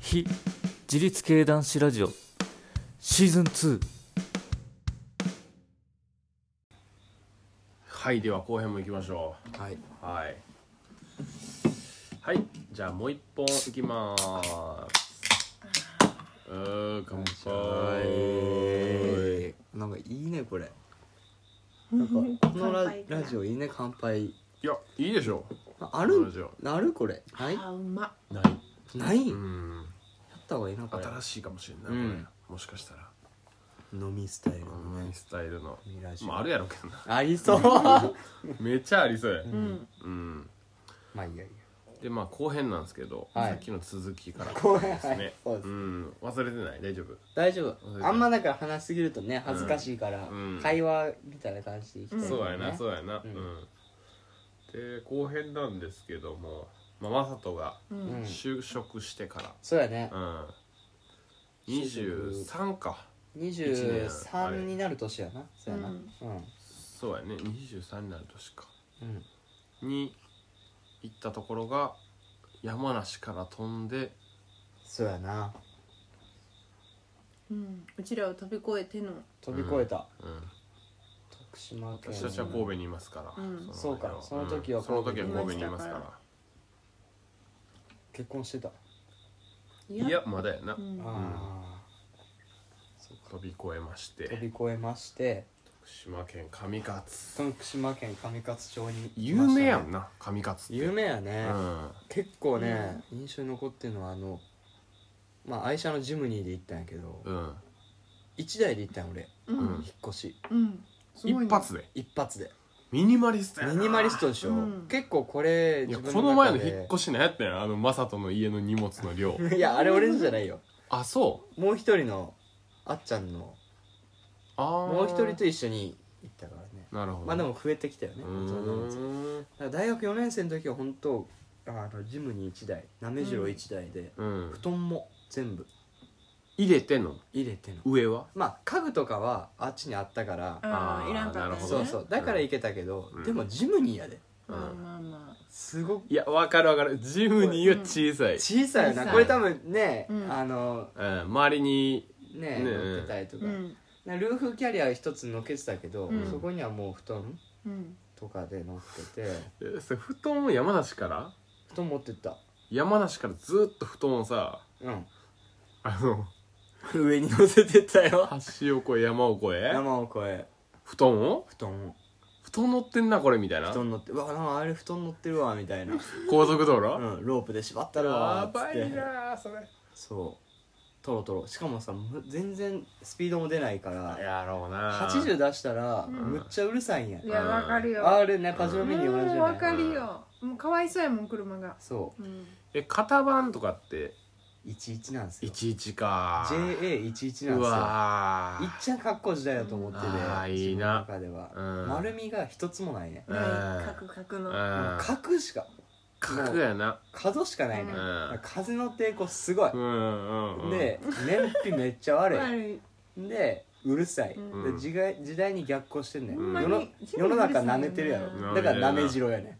非自立系男子ラジオシーズン2はいでは後編も行きましょはい、うはいはいじゃあもう一本いきまーすうー乾杯えー、なんかいいねこれなんかこのラ乾杯ラジオいいね乾杯いやいいでしょああこのるラジオあるこれないあうまないないやうっんた方がいいなこれ新しいかもしれない、うんこれもしかしたら飲みスタイルこののねスタイルのいいラジオまああるやろうけ どなありそうめちゃありそうやうんうんまあいいやいいでまあ後編なんですけど、はいさっきの続きから後編ですね、はういん忘れてない大丈夫大丈夫あんまだから話しすぎるとね恥ずかしいから、うん会話みたいな感じでいきたいよね、そうやなそううやなうんんで後編なんですけどもまあ雅人がうんん就職してかそうやねらうん23か23になる年やなそうやなううんんそうやね23になる年かうんに行ったところが山梨から飛んでそうやなうんうちらを飛び越えての飛び越えた、うん徳島県私たちは神戸にいますからうんのそうか間その時はうんその時は神戸神戸にいますかいましら結婚してたいいやまだやなうんあ飛び越えましー飛びて越えまして福島県上勝徳島県上勝町に来有ましたね名やんな上勝って有名やね、うん結構ね、印象に残ってるのはあのまあ愛車のジムニーで行ったんやけど、うん一1台で行ったん俺、ううん引っ越しうんすごいね一発で一発でミニマリストやなミニマリストでしょ、うん結構これいや自分この前の中で引っ越しのやったやんあの雅人の家の荷物の 量いやあれ俺のじゃないよあそうもう一人のあっちゃんのああもう一人と一緒に行ったからねなるほどまあでも増えてきたようねだーんから大学4年生の時は本当あのジムに1台なめじろ1台で、うん布団も全部入れてんの入れての上はまあ家具とかはあっちにあったからああーあいらんかったなるねほどそうそうだから行けたけど、うんでもジムニーやでまあまあまあすごくいやわかるわかるジムニーは小さい、小さいよな小さいこれ多分ね、うんあのうん、周りにねね乗ってたりとか,、うんルーフキャリア一つ乗っけてたけど、うんそこにはもう布団うんとかで乗っててえそれ布団を山梨から布団持ってった山梨からずっと布団をさうんあの 上に乗せてったよ橋を越え山を越え山を越え布団を布団を布団乗ってんなこれみたいな布団乗ってうわなんかあれ布団乗ってるわみたいな、高速道路、うん、ロープで縛ったるわやっつばっていなーそれそうトロトロしかもさむ全然スピードも出ないからやろうな80出したらんむっちゃうるさいんや、いやわかるよあれ中島目に同じじうんゃわないかるよもうかわいそうやもん車がそうんえ型番とかってう11なんですよ11か JA11 なんですうよわいっーちゃんかっこいい時代だと思ってて、うんあーい自いな分の中では、うん丸みが一つもないね、うんないカクカクのもううん角しか角やな角しかないね、うん風の抵抗すごい、うんうんうんで燃費めっちゃ悪い、悪いでうるさい、うんで時代時代に逆行してんね、ほんん、ま世にの世の中舐めてるやうろんだから舐めじろやね、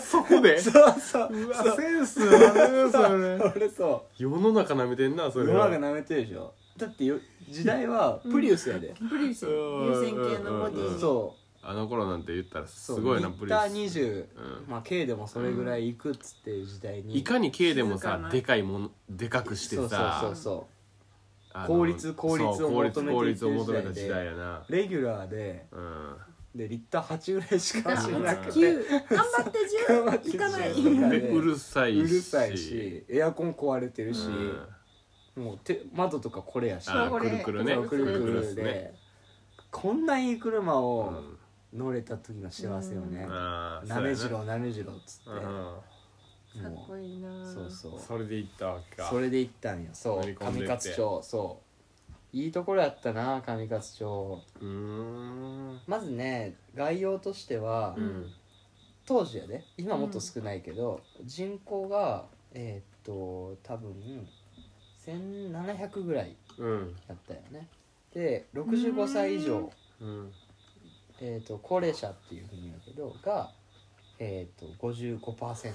そ こでそうそううわそうセンスあるそそうれ俺そ世の中舐めてんなそう世れのは中舐めてるでしょだってよ時代はプリウスやで、プリウス優先系のボデうィんそあの頃なんて言ったらすうごいなププリリウスウス20、うんまあ K でもそれぐらいいくっつっていう時代にいかに K でも静かさなでかいものでかくしてそうそうそうさそあの効率効率をそう求効めていって率るを求めた時時代代やなうレギュラーでうんでリッター8ぐらいしか走らなくて9頑張って頑張って10行かない10でうるさういしるさいしエアコン壊れてるし、うんもう手窓とかこれやしあそうこくれるくるそねうくるくくるるっすで、ねこんないい車うをん乗れた時の幸せよね、ああなめじそうろうなめじろうっつって、やなかっもこいいなうぁそうそううんそれで行ったわけかそれで行ったんよそう乗り上込んでって勝町そういいところやったな上勝町うーんまずね概要としては、うん当時やで今もっと少ないけど、人口がえーっと多分1700ぐらいうんやったよねで65歳以上、うんえー、と高齢者っていうふうに言うけどが、えー、と55%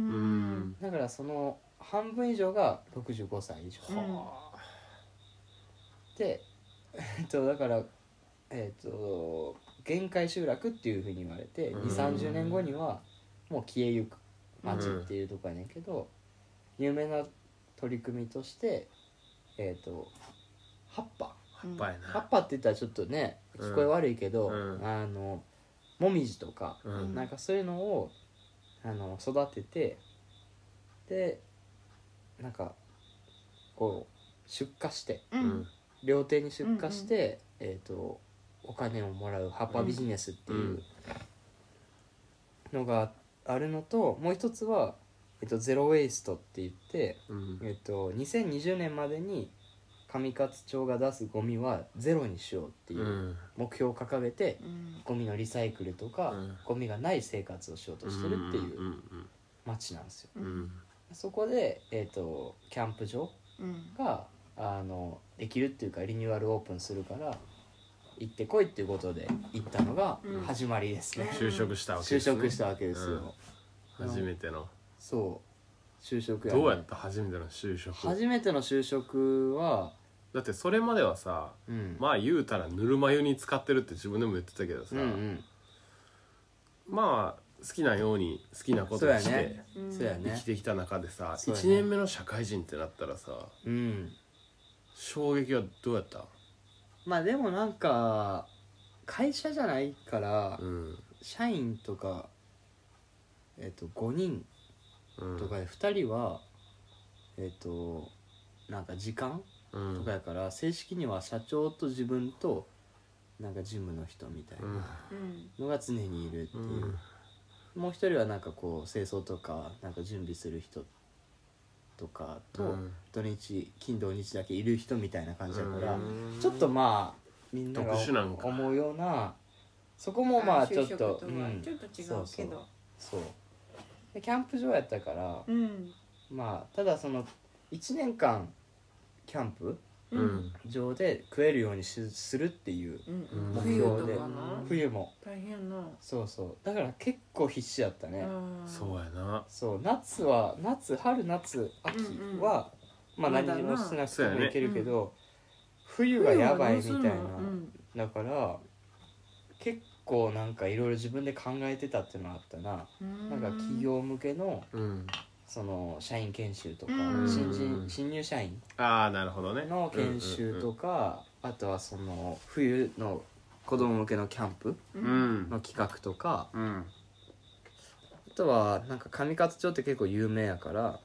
うんんだからその半分以上が65歳以上、はで、えっと、だからえっと限界集落っていうふうに言われて2うん3 0年後にはもう消えゆく町っていうとこやねんけど、有名な取り組みとしてえっと葉っぱあやっぱり葉っなぱって言ったらちょっとね聞こえ悪いけど、うんあのもみじとか、うんなんかそういうのをあの育ててでなんかこう出荷してううんん料亭に出荷して、えー、とお金をもらう葉っぱビジネスっていうのがあるのともう一つは、えー、とゼロ・ウェイストって言って、うんえー、と2020年までに上勝町が出すゴミはゼロにしようっていううん目標を掲げて、うんゴミのリサイクルとか、うんゴミがない生活をしようとしてるっていうん町なんですよ。うんうんそこで、えー、とキャンプ場うんがあのできるっていうかリニューアルオープンするから行ってこいっていうことで行ったのがうん始まりですね、就職したわけ就ですね職したわけですよ、うん初めてのそう就職ねどうやった初めての就職初めての就職はだってそれまではさうん、まあ言うたらぬるま湯に使ってるって自分でも言ってたけどさうんうんまあ好きなように好きなことをしそうやてねうんそうや生ねきてきた中でさそうやね1年目の社会人ってなったらさうん衝撃はどうやったまあでもなんか会社じゃないから、うん社員とかえっ、と5人うんとかで2人は、えっ、となんか時間うんとかやから正式には社長と自分となんかジムの人みたいうんなうんのが常にいるっていうう、んもう一人はなんかこう清掃とかなんか準備する人とかと、うん土日金土日だけいる人みたいな感じだから、うんちょっとまあみんなが特殊なんか思うようなそこもまあちょっ就職とはうんちょっと違そううそけうどそうでキャンプ場やったから、うんまあただその1年間キャンプううんん上で食えるようにしするっていううんうん冬とかな冬も大変なそうそうだから結構必死だったね、あーそうやなそう夏は夏春夏秋は、んまあ何にもしてなくてまだもないけるけそうやど、冬がやばいみたいな、冬はどうすんのうんだから結構なんかいろいろ自分で考えてたっていうのはあったな、なんか企業向けのうんその社員研修とか、うん新人新入社員ああなるほどねの研修とか、あとはその冬の子供向けのキャンプううんんの企画とかうんうんあとはなんか上勝町って結構有名やから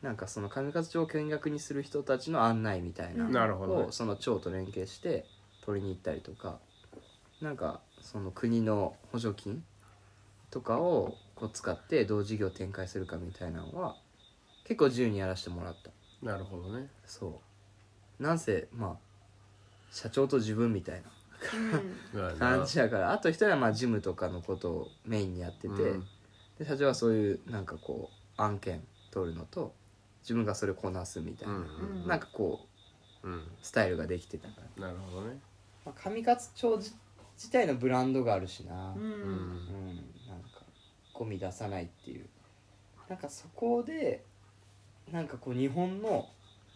なんかその上勝町を見学にする人たちの案内みたいなうんなるほどねをその町と連携して取りに行ったりとかなんかその国の補助金とかをこう使ってどう事業展開するかみたいなのは結構自由にやらせてもらったなるほどねそうなんせまあ社長と自分みたいそうやなな感じやからあと一人はまあジムとかのことをメインにやってて、うんで社長はそういうなんかこう案件取るのと自分がそれこなすみたいうな、んなんかこううんスタイルができてたから、なるほどねまあ、上勝町自自体のブランドがあるしなううん、うんんなんかゴミ出さないっていうなんかそこでなんかこう日本の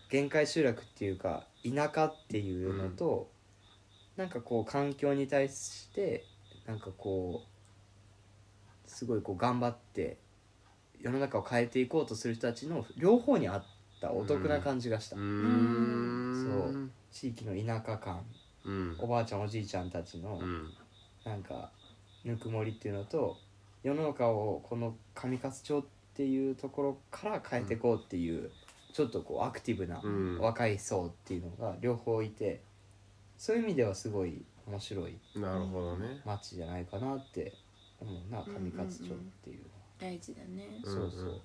限界集落っていうか田舎っていうのと、なんかこう環境に対してなんかこうすごいこう頑張って世の中を変えていこうとする人たちの両方にあったお得な感じがした、うーん地域の田舎感うんおばあちゃんおじいちゃんたちのうんなんかぬくもりっていうのと世の中をこの上勝町っていうところから変えていこうっていう、ちょっとこうアクティブなうん若い層っていうのが両方いてそういう意味ではすごい面白いなるほどね街じゃないかなって思うな上勝町っていう大事だねのは、うんうんそうそう。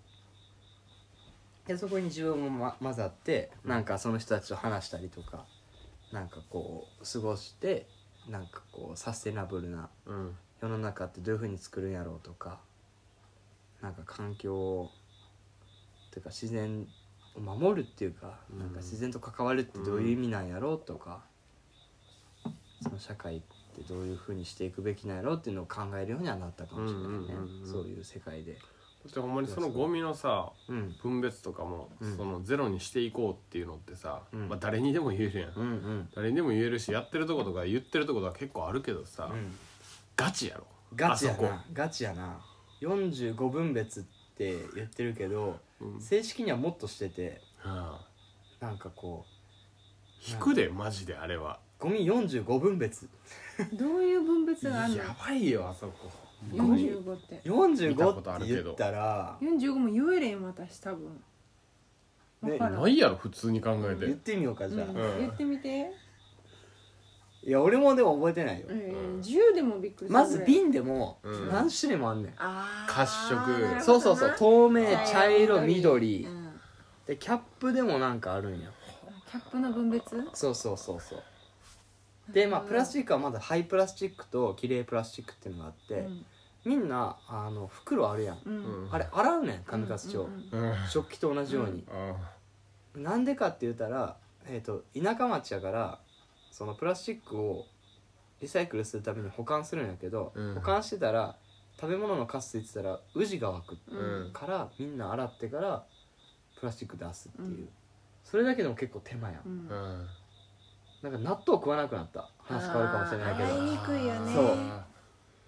でそこに自分も、ま、混ざってなんかその人たちと話したりとかなんかこう過ごしてなんかこうサステナブルなうん世の中ってどういうふうに作るんやろうとかなんか環境をていうか自然を守るっていうか,、うんなんか自然と関わるってどういう意味なんやろうとか、その社会ってどういうふうにしていくべきなんやろうっていうのを考えるようにはなったかもしれないね、うんうんうんうんそういう世界で。ってほんまにそのゴミのさうん分別とかも、うんそのゼロにしていこうっていうのってさ、うんまあ、誰にでも言えるやん、うんうん誰にでも言えるしやってるとことか言ってるとことは結構あるけどさ、うんガチやろガチやあそこなガチやな45分別って言ってるけどうん、うん正式にはもっとしててなんかこう引くでマジであれはゴミ45分別どういう分別があるのやばいよあそこゴミ45って見たこと45あっるてけど言ったら45も言えれん私多分ねわからん、ないやろ普通に考えて、言ってみようかうじゃあ、んうん言ってみて、いや俺もでも覚えてないよ、うん、10でもびっくりするまず瓶でもうん何種類もあんねん、あー褐色なるほどなそうそうそう透明はい茶色緑、うんでキャップでもなんかあるんやキャップの分別そうそうそうそうでまあプラスチックはまだハイプラスチックと綺麗プラスチックっていうのがあって、うんみんなあの袋あるやん、うんうんあれ洗うねん紙かす帳、うんうん食器と同じように、あなんでかって言ったら、えー、と田舎町やからそのプラスチックをリサイクルするために保管するんやけど、うん保管してたら食べ物のカスついてたらウジが湧くうんうんからみんな洗ってからプラスチック出すっていう、うんそれだけでも結構手間やん、うんうんなんか納豆食わなくなった話変わるかもしれないけあー洗どにくいよねそう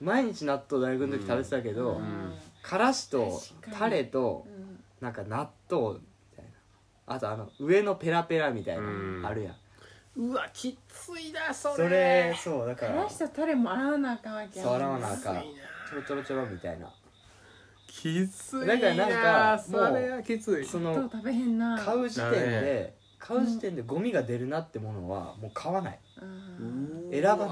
毎日納豆大学の時食べてたけど、うんからしと確タかにレとうんなんか納豆みたいなあとあの上のペラペラみたいな、うんあるやんうわきついなそれそれそうだか垂ららしたタレも洗わなあかんわけやも触んねらわなあかんきついなちょろちょろちょろみたいなきついなだからなんかそれはきついそ納豆の食べへんな買う時点だでね買う時点でゴミが出るなってものはもう買わないうん選ばな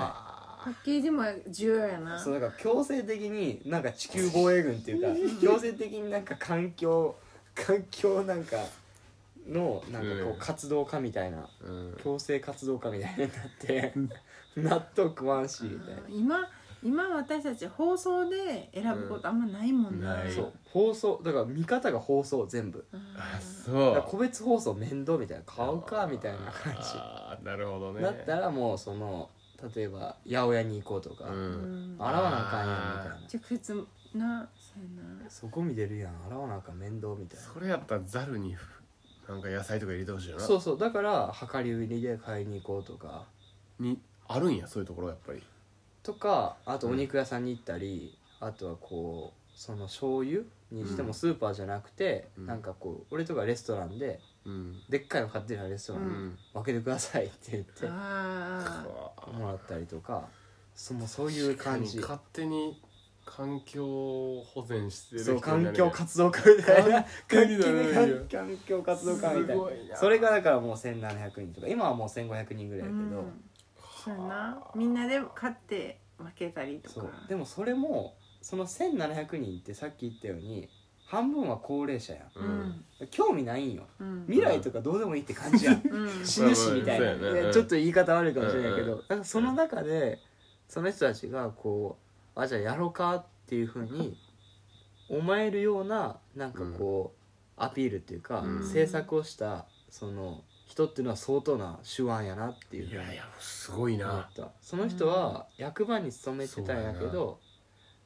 パッケージも重要やないそうだから強制的になんか地球防衛軍っていうか強制的になんか環境環境なんかのなんかこうんう活動家みたいなうん強制活動家みたいにな って納豆食わんしみたいな今今私たち放送で選ぶことあんまないもんうんないそう放送だから見方が放送全部うんあだからそう個別放送面倒みたいな買うかみたいな感じあーなるほどねだったらもうその例えば八百屋に行こうとか、ううんん洗わなあかんやんみたいな直接なそうやなそこ見てるやん洗わなあかん面倒みたいそれやったらざるになんか野菜とか入れてほしいよななそうそうだから量り売りで買いに行こうとかにあるんやそういうところやっぱりとかあとお肉屋さんに行ったり、あとはこうその醤油にしてうもんスーパーじゃなくて、うんなんかこう俺とかレストランでうんでっかいの買ってるからレストラうンにん分けてくださいって言ってあうわもらったりとかそもうそういう感じ勝手に環境保全してる人そうにな環る境活動家みたいな環境になるよ環環境活動家みたいすなごいなそれがだからもう1700人とか今はもう1500人ぐーらいやうけど、んそうやなみんなで買って分けたりとそうかでもそれもその1700人ってさっき言ったように半分は高齢者やううんんん興味ないんようん未来とかどうでもいいって感じやん、うん死ぬしみたいな、まあまあそうやねいやちょっと言い方悪いかもしれないけど、うんなんかその中でその人たちがこうあじゃあやろうかっていうふうに思えるようななんかこう、アピールっていうか、うん制作をしたその人っていうのは相当な手腕やなっていういふうにやいやすごい思なったその人は役場に勤めてたんやけそうやど、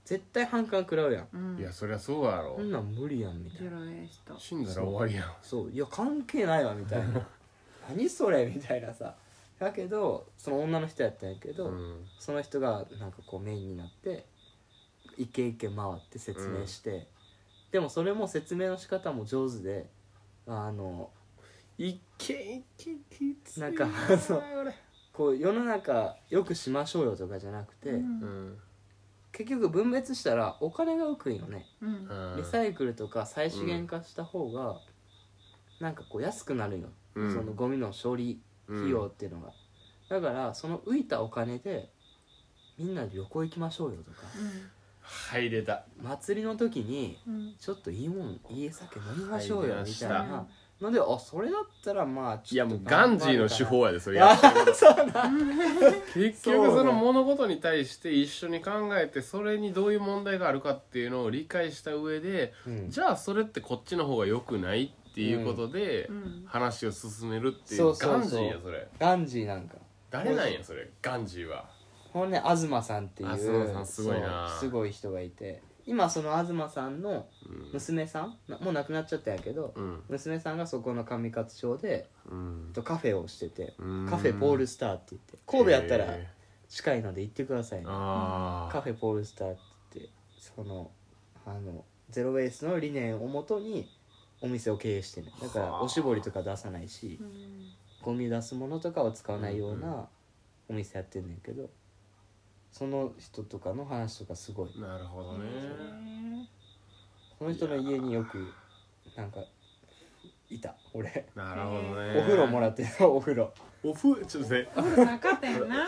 絶対反感食らうやんうんいやそりゃそうやろこんなん無理やんみたいゼなロエースと死んだら終わりやんそういや関係ないわみたいな 何それみたいなさだけどその女の人やったんやけど、うんその人がなんかこうメインになって一軒一軒回って説明して、でもそれも説明の仕方も上手であの一軒一軒きついなんかそうこう世の中よくしましょうよとかじゃなくて、うんうん結局分別したらお金が浮くんよね、うんうんリサイクルとか再資源化した方が、なんかこう安くなるよ、うんそのゴミの処理費用っていうのが、だからその浮いたお金でみんなで旅行行きましょうよとか入れた祭りの時にうんちょっといいもんいい酒飲みましょうよ入りまみしたいなのであそれだったらまあちょっといやもうガンジーの手法やでそれやあってることそうな結局その物事に対して一緒に考えてそれにどういう問題があるかっていうのを理解した上でうんじゃあそれってこっちの方が良くないっていうことでうん話を進めるっていそううそガうンジそうーやそれガンジーなんか誰なんやそれガンジーはほんで東さんっていうあそうさんすごいなそうすごい人がいて今その東さんのうん娘さんなもう亡くなっちゃったんやけど、うん娘さんがそこの上勝町でうんとカフェをしてて、うんカフェポールスターって言って神戸やったらへ近いので行ってくださいねーあーカフェポールスターって言ってそのあのゼロ・ウェイスの理念をもとにお店を経営してねだからおしぼりとか出さないしうんゴミ出すものとかを使わないよううんなお店やってんねんけどその人とかの話とかすごいなるほどねねその人の家によくなんかいた俺なるほどねお風呂もら ってたお風呂お風呂ちょっとねお風呂なかったよな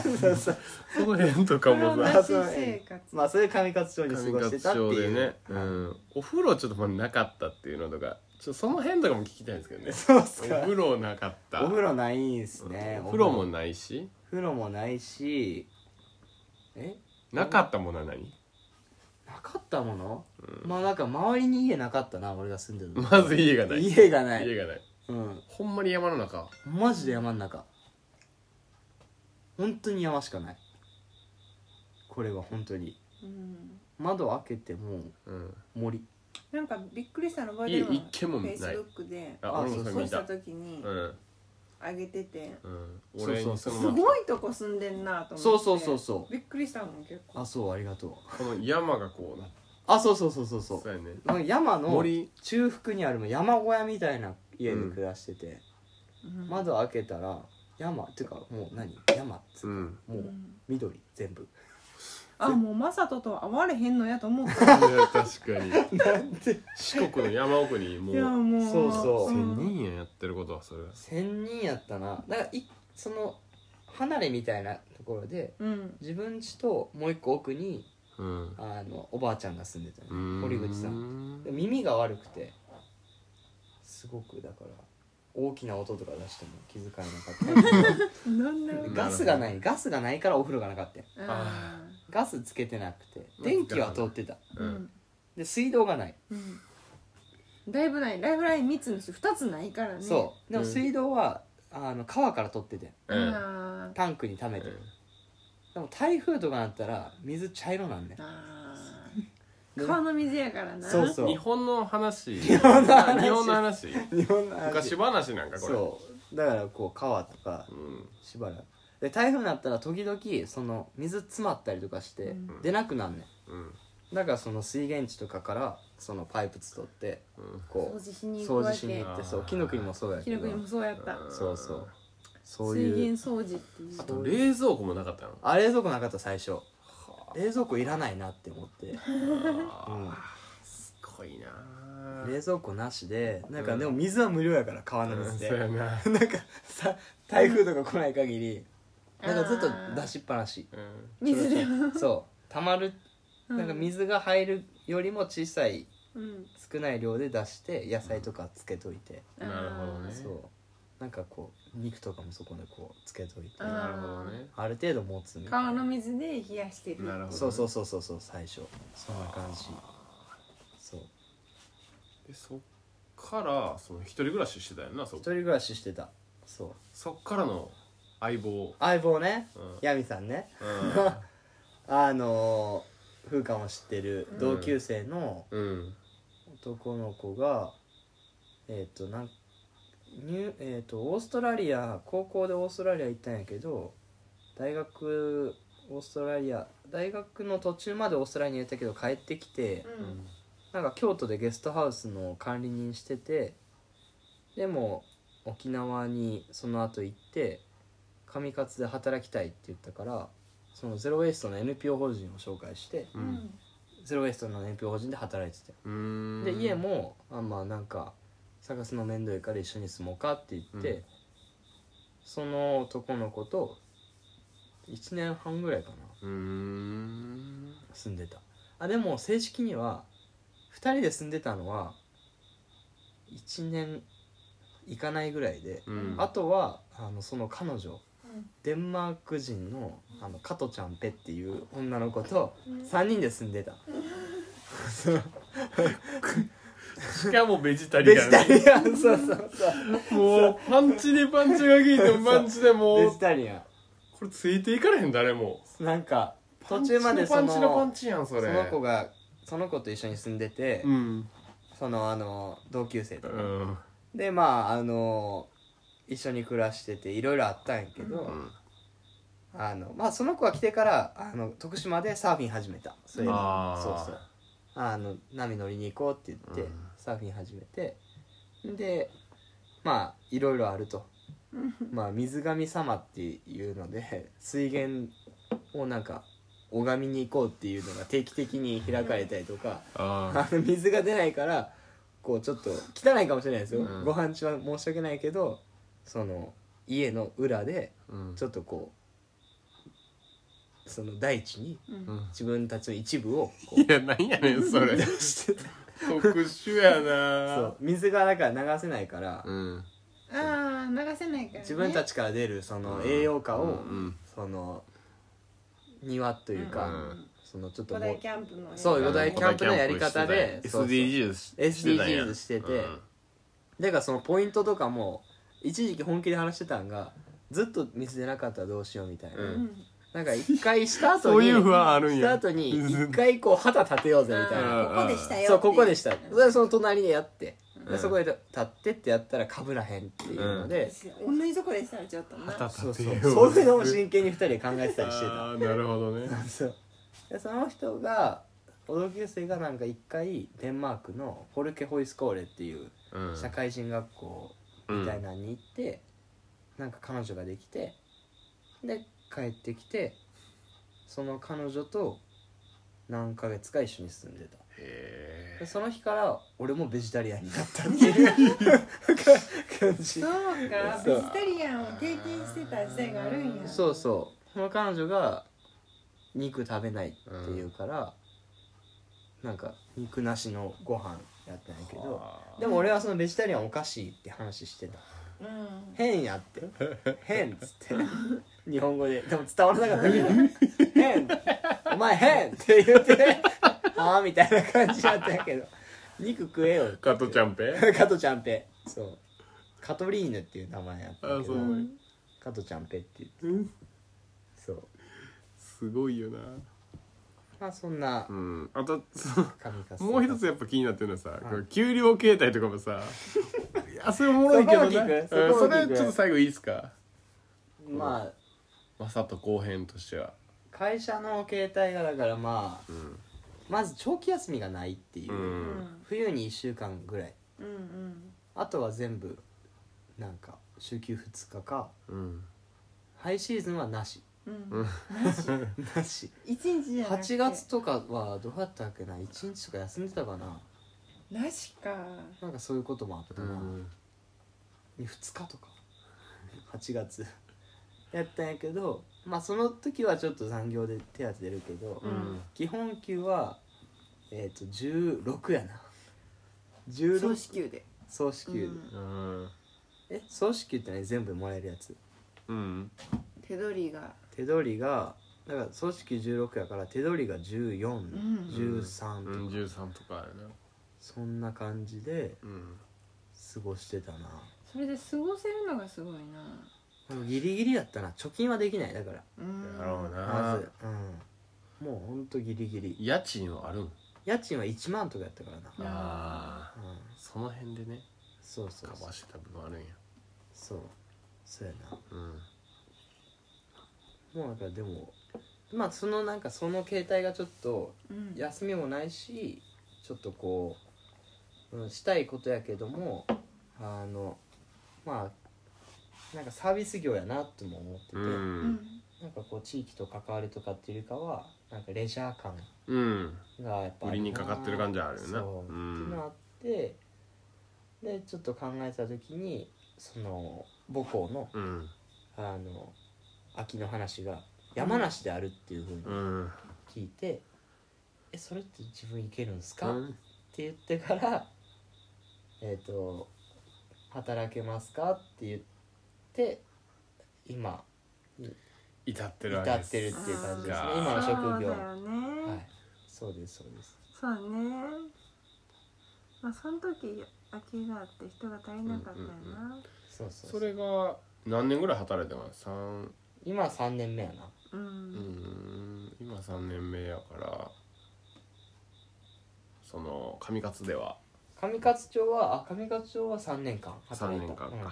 そうそう その辺とかも風さ呂なし生活まあそれで上勝町に過上ごしてた勝って町いでうね、うん、お風呂ちょっとまあなかったっていうのとかちょっとその辺とかも聞きたいんですけどねそうっおすか風呂なかったお風呂ないんすねお風呂もないし風呂もないしえなかったものは何なかったもの、まあなんか周りに家なかったな俺が住んでるのまず家がない家がない家がないうんほんまに山の中マジで山ん中本当に山しかないこれは本当にうん窓開けてもうん森なんかびっくりしたの覚え家てるわ一軒もフないェイスブックでああ俺もそそれう見したた時にうんあげててうんそう俺そにうそそうのすごいとこ住んでんなと思ってそうそうそうそうびっくりしたもん結構あそうありがとうこの山がこうなあそうそうそうそうそうそうやねなんか山の森中腹にある山小屋みたいな家で暮らしてて、うん窓開けたら山っていうかもう何山っつううか、んうもうん緑全部あもうマサトと会われへんのやと思っいたや確かになんて四国の山奥にもいやうもうそうそう千ん人ややってることはそれ千人やったなだからいその離れみたいなところでうん自分家ともう一個奥にうんあのおばあちゃんが住んでたのうん堀口さんで耳が悪くてすごくだから大きな音とか出しても気づかれ なかっなんだたでろうガスがないガスがないからお風呂がなかったよあガスつけてなくて電気は通ってたーううんんで水道がない、うんだいぶないライフライン3つのうち2つないからねそうでもうん水道は、あの川から取っててうんあータンクに溜めて、でも台風とかなったら水茶色なんねあー川の水やからなそうそう日本の話日本の話日本の話日本の昔話なんかこれそうだからこう川とかうんしばらくで台風になったら時々その水詰まったりとかしてうん出なくなんねうんんだからその水源地とかからそのパイプ取ってうんこ掃う除しに行く掃わ除しにけ行ってそあうーキノ国もそうや記けど録にもそうやったそうそうそう水いう源掃除っていうあと冷蔵庫もなかったのあ冷蔵庫なかった最初冷蔵庫いらないなって思って、あーすごいなうあん冷蔵庫なしでなんかうんでも水は無料やから川のうん水で、そうやな なんかさ台風とか来ない限りなんかずっとあー出しっぱなしうん水量そう溜まるうんなんか水が入るよりも小さいうん少ない量で出して野菜とかつけといて、あーなるほどねそうなんかこう肉とかもそこでこうつけといてあーあなるほどねる程度持つみたい川なの水で冷やしてるなるほどそうそうそそうそうそう最初そんな感じそううそっからその一人暮らししてたよなそ一人暮らししてたそうそっからの相棒相棒ねうんヤミさんねうんあのー、風花も知ってる同級生のうん男の子が、えっ、となんニュえっ、とオーストラリア高校でオーストラリア行ったんやけど大学オーストラリア大学の途中までオーストラリアにいたけど帰ってきてううんんなんか京都でゲストハウスの管理人しててでも沖縄にその後行って上勝で働きたいって言ったからそのゼロ・ウェイストの NPO 法人を紹介してううんんゼロ・ウェイストの NPO 法人で働いててうんで家もあまあなんか探すの面倒いから一緒に住もうかって言って、うんその男の子と1年半ぐらいかなうん住んでたあでも正式には2人で住んでたのは1年いかないぐらいで、うんあとはあのその彼女うんデンマーク人のあの加トちゃんペっていう女の子とうん3人で住んでた、しかもベジタリベアジンタリアンそうそうそうもうパンチにパンチが効いてもパンチでもベうジタリアンこれついていかれへん誰もなんか途中までそのパンチのパンチのパンチやんそれその子がその子と一緒に住んでて、うんそのあの同級生うとね、んでまああの一緒に暮らしてていろいろあったんやけど、うんあのまあその子が来てからあの徳島でサーフィン始めたそういうあーそうそうあの波乗りに行こうって言って、うんサーフィン始めてでまあいろいろあると、まあ水神様っていうので水源をなんか拝みに行こうっていうのが定期的に開かれたりとか、ああの水が出ないからこうちょっと汚いかもしれないですよ、うんご飯中は申し訳ないけどその家の裏でーうんちょっとこうその大地にうんうん自分たちの一部をこういやなんやねんそれしてた特殊やそなう水がだから流せないから、うんああ流せないから、ね、自分たちから出るその栄養価を、うんその庭というか、うんそのちょっと古も代うキャンプのそう古古代代キキャャンンププののややりり方方でで SDGs してたんや SDGs しててうんだからそのポイントとかも一時期本気で話してたんがずっと水出なかったらどうしようみたいな、うんうんなんか一回した後にそういう不安あるんしたや後に一回こう旗立てようぜみたいな、あーここでしたよっていそうここでした、うんでその隣でやって、うでんそこで立ってってやったらかぶらへんっていうので、私同じとこでしたらちょっとな旗そうそ立てうよそういうのを真剣に二人で考えてたりしてたあーなるほどねそうでその人が同級生がなんか一回デンマークのフォルケホイスコーレっていううん社会人学校みたいなのに行って、なんか彼女ができてで帰ってきてその彼女と何ヶ月か一緒に住んでたへでーその日から俺もベジタリアンになったって いう感じそうかそうベジタリアンを経験してた時代があるんやそうそうその彼女が肉食べないっていうから、なんか肉なしのご飯やったんやけどでも俺はそのベジタリアンおかしいって話してたう、ん、変やって変っつって日本語ででも伝わらなかったけど「変お前変!」って言って「ああ」みたいな感じだったんやけど肉食えよって加トちゃんぺ加トちゃんぺそうカトリーヌっていう名前やったんやけあそうどん加トちゃんぺっていうそうすごいよなまあそんなうんあとそう神かもう一つやっぱ気になってるのはさ、これ給料形態とかもさいやそれおもろいそけこもどねうん聞くそそこも聞くれちょっと最後いいですかまあマサと後編としては会社の携帯がだからまあうんまず長期休みがないっていう、ううんん冬に1週間ぐらいうんうんあとは全部なんか週休2日かうんハイシーズンはなしうんなし一日じゃなくて8月とかはどうやったっけな1日とか休んでたかななしかなんかそういうこともあったうな、ん2日とか8月やったんやけどまあその時はちょっと残業で手当て出るけど、うん基本給はえっ、と16やな総16支給で総支給、うんうんえ総支給ってね全部もらえるやつうん手取りが手取りがだから総支給16やから手取りが14、ん13とか、うん13とかやなそんな感じでうん過ごしてたなそれで過ごせるのがすごいなでもギリギリやったな貯金はできないだからうんやろうまなずうんもうほんとギリギリ家賃はあるん家賃は1万とかやったからな、うんああうん、その辺でねそうそうカそバうーしてた部分あるんやそうそうやなうんもうなんかでもまあそのなんかその携帯がちょっとうん休みもないしちょっとこう、うん、したいことやけどもあのまあなんかサービス業やなとも思ってて、うんなんかこう地域と関わるとかっていうよりかはなんかレジャー感うんがやっぱ売りにかかってる感じはあるよよなそう、うんっていうのあってでちょっと考えた時にその母校のうんあの秋の話が山梨であるっていうふうにうん聞いて「えそれって自分いけるんですかって言ってから「えっ、と働けますか?」って言って今至ってる至わけでっすてるっていう感じですねあー今の職業そうだよね、はいそうですそうですそうだねまあその時空きがあって人が足りなかったよな、そうそうそれが何年ぐらい働いてます三今3年目やなうんうん今3年目やからその上勝では上勝町はあ上勝町は3年間働いた三年間かうん、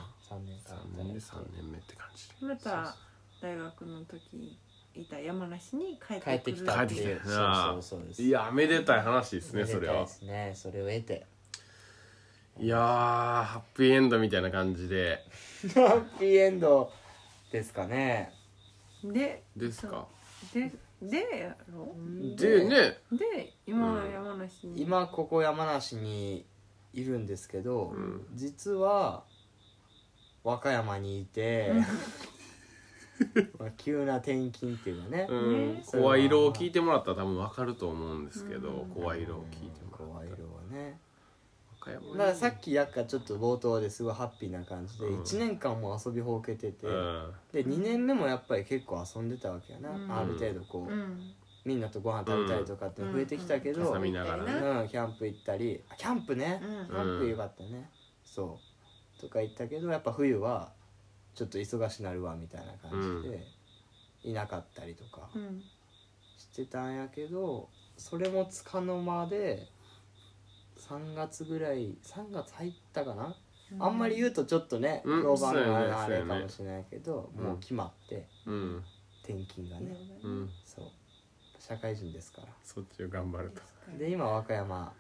3年間3働いて年で3年目って感じでまた大学の時いた山梨に帰っ帰てっくてるきたって帰いっうてきたなそうそうそうですいやめでたい話ですねめでたそいれはですねそれを得ていやーハッピーエンドみたいな感じでハッピーエンドですかねでですかででやろでねで今は山梨に、今ここ山梨にいるんですけど、ん実は和歌山にいて、 まあ、急な転勤っていうかね、うんね声色を聞いてもらったら多分わかると思うんですけどうん声色を聞いてもら怖っいたら色はね和歌山にだからさっきやっかちょっと冒頭ですごいハッピーな感じで、うん1年間も遊びほうけてて、うんで2年目もやっぱり結構遊んでたわけやな、うんある程度こう、うんみんなとご飯食べたりとかって増えてきたけど、挟みながらねうん、キャンプ行ったりあキャンプね、うんキャンプよかったね、そうとか行ったけどやっぱ冬はちょっと忙しなるわみたいな感じで、いなかったりとかうんしてたんやけどそれもつかの間で3月ぐらい3月入ったかな、あんまり言うとちょっとねうん評判そうやねがあれそうやかねもしれないけど、うんもう決まってうん転勤がね、うんそう社会人ですからそっちを頑張るとで今和歌山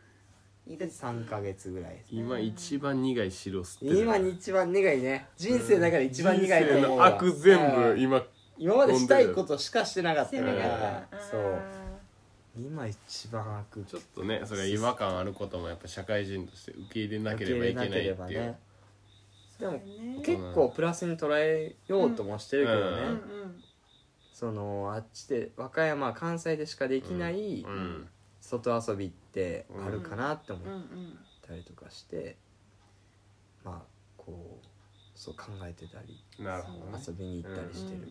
いいでです3ヶ月ぐらいです今一番苦い白吸ってる今に一番苦いね人生の中で一番苦いと思人生うのわ悪全う部ん今今までしたいことしかしてなかった攻かめがらあそう今一番悪ちょっとねそれは違和感あることもやっぱ社会人として受け入れなければいけないっていう、受け入れなければねでもね結構プラスに捉えようともしてるけどね、ううんんそのあっちで和歌山関西でしかできないうん外遊びってあるかなって思うんうんっうんたりとかして、まあこうそう考えてたりなるほどね遊びに行ったりしてる、うん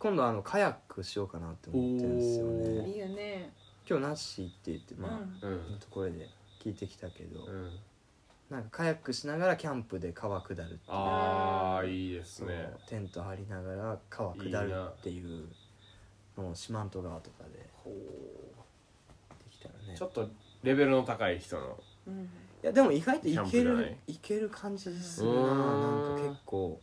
今度あのカヤックしようかなって思ってるんですよおいねいよね今日ナッシーって言ってまあ、うちょっんとこれで聞いてきたけど、うんなんかカヤックしながらキャンプで川下るっていうああいいですそうねテント張りながら川下るっていうのを四万十川とかでできたらねちょっとレベルの高い人のうんうんいやでも意外といキけャンプじゃなるいいける感じするなうなんーんか結構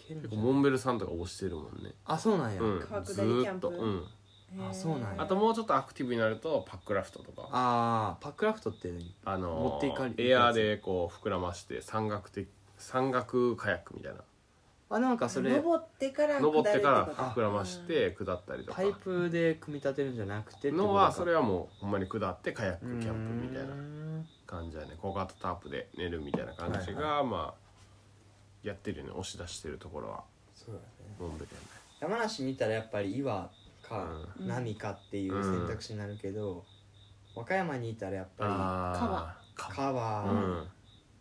いけるん結じ構ゃないモンベルさんとか押してるもんねあそうなんや、うん川下りずーっとキャンプうんあそうなんやあともうちょっとアクティブになるとパックラフトとかあーパックラフトって何あ持のっていかれーエアーでこう膨らまして山岳的山岳カヤックみたいなあなんかそれ登ってから下る登ってこかとら膨らまして下ったりとかパイプで組み立てるんじゃなくてってことのかはそれはもうほんまに下ってカヤッうークんキャンプみたいな感じやね小型タープで寝るみたいな感じが、はまあやってるよね押し出してるところはそうだねモンベルやね山梨見たらやっぱり岩かうん波かっていう選択肢になるけど、和歌山にいたらやっぱあーり川う川ん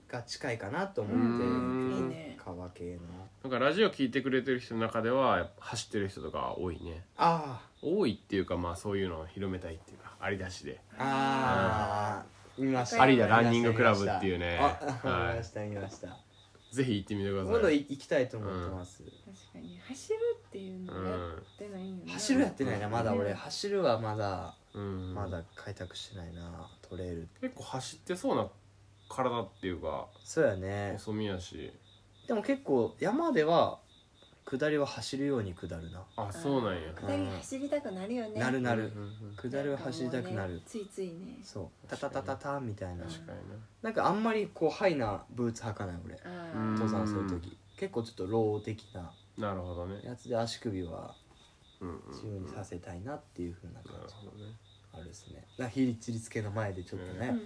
が近いかなと思うんっいいてね川系のなんかラジオ聞いてくれてる人の中ではやっぱ走ってる人とか多いねあ多いっていうかまあそういうのを広めたいっていうかありだしでーあー見ましたありだランニングクラブっていうねあはい見ました見ましたぜひ行ってみてください今度い行きたいと思ってます、確かに走るっていうのやってないよね走るやってないなまだ俺うん走るはまだうん、うん、まだ開拓してないなトレイル結構走ってそうな体っていうかそうやね細身やしでも結構山では下りは走るように下るなあそうなんや下り走りたくなるよねなるなうるんうんうん下りは走りたくなる、んかもうねついついねそうタ確タかにタタタンみたいな、確かにななんかあんまりこうハイなブーツ履かない俺あうんー登山する時結構ちょっとロー的ななるほどね。やつで足首はうんうん自由にさせたいなっていう風なな感るじほどね。あるですねな非立立系の前でちょっとうねん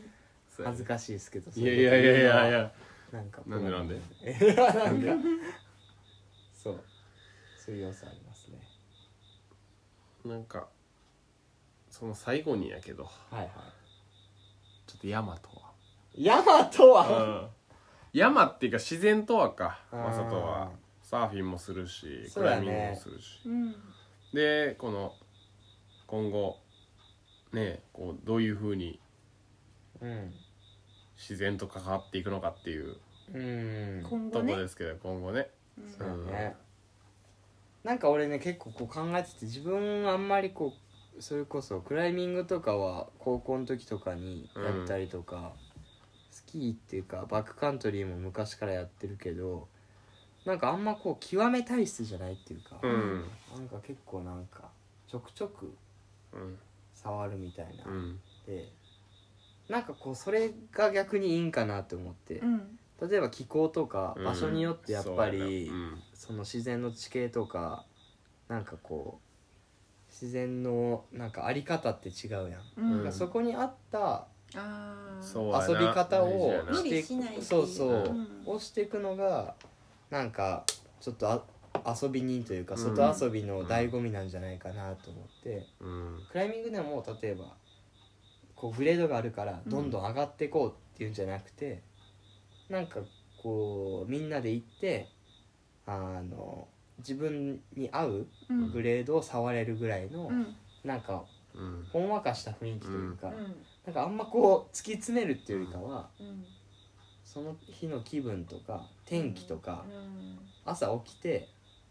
恥ずかしいですけどいやいやいやいやいや。なんかなんでなんでなんか そうそういう要素ありますねなんかその最後にやけど、はいはいちょっと山とヤマトはは。山っていうか自然とはか。うんまさとはサーフィンもするし、そクうだラねイミングもするし。うんでこの今後ねこうどういうふうにうん自然と関わっていくのかっていううん今と後ねこですけど今後ね。うんそうだねなんか俺ね結構こう考えてて自分あんまりこうそれこそクライミングとかは高校の時とかにやったりとか、スキーっていうかバックカントリーも昔からやってるけどなんかあんまこう極め体質じゃないっていうか、うんうんなんか結構なんかちょくちょくうん触るみたいな、うんでなんかこうそれが逆にいいんかなって思ってう、ん例えば気候とかうん場所によってやっぱり、そうやなその自然の地形とかなんかこう自然のなんかあり方って違うやん、うんうんだからそこに合ったああそうやな遊び方を大無事やな理しないっていうそうそう、うんをしていくのがなんかちょっとあ遊び人というかうん外遊びの醍醐味なんじゃないかなと思って、うんクライミングでも例えばこうグレードがあるからどんどん上がっていこうっていうんじゃなくて、なんかこうみんなで行ってあの自分に合ううんグレードを触れるぐらいの、うんなんかうんほんわかした雰囲気というか、うんなんかあんまこう突き詰めるっていうよりかは、うんその日の気分とか天気とか、うん朝起きて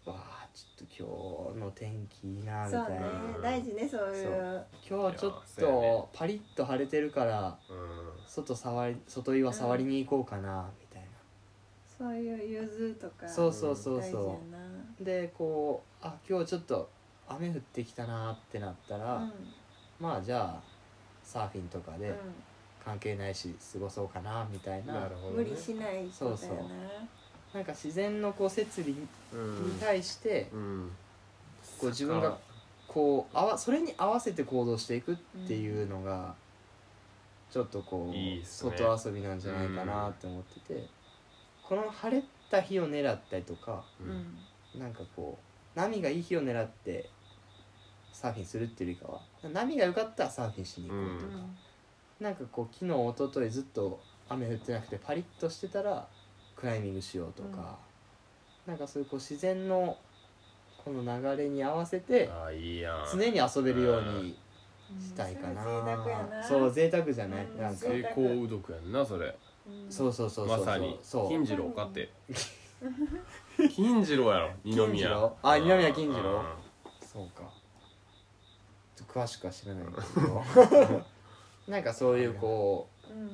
わあちょっと今日の天気いいなみそたういねな、大事ねそういう今日ちょっいやそうやねとパリッと晴れてるからうん外触り外岩触りに行こうかなみたいそういう融通とかな、そうそうそう大事やそなうでこうあ今日ちょっと雨降ってきたなってなったら、うんまあじゃあサーフィンとかうで関係ないし過ごそうかなみたいななるほんど無ね理しないことだよななんか自然のこう摂理にうん対して、うんこう自分がこうあわそれに合わせて行動していくっていうのが、ちょっとこういいっすね外遊びなんじゃないかなって思ってて、この晴れた日を狙ったりとかううんんなんかこう波がいい日を狙ってサーフィンするっていうよりかは波が良かったらサーフィンしに行こうとか、なんかこう昨日一昨日ずっと雨降ってなくてパリッとしてたらクライミングしようとか、なんかそういうこう自然のこの流れに合わせて、あーいいやん常に遊べるようにしたいかな、そう贅沢じゃない、うんなんか贅成功うどくやんなそれそううそうそうそまうさにそう金次郎かって金次郎やろ二金次宮郎あ二宮金次郎うんそうかちょっと詳しくは知らないけ どなんかそういうこんう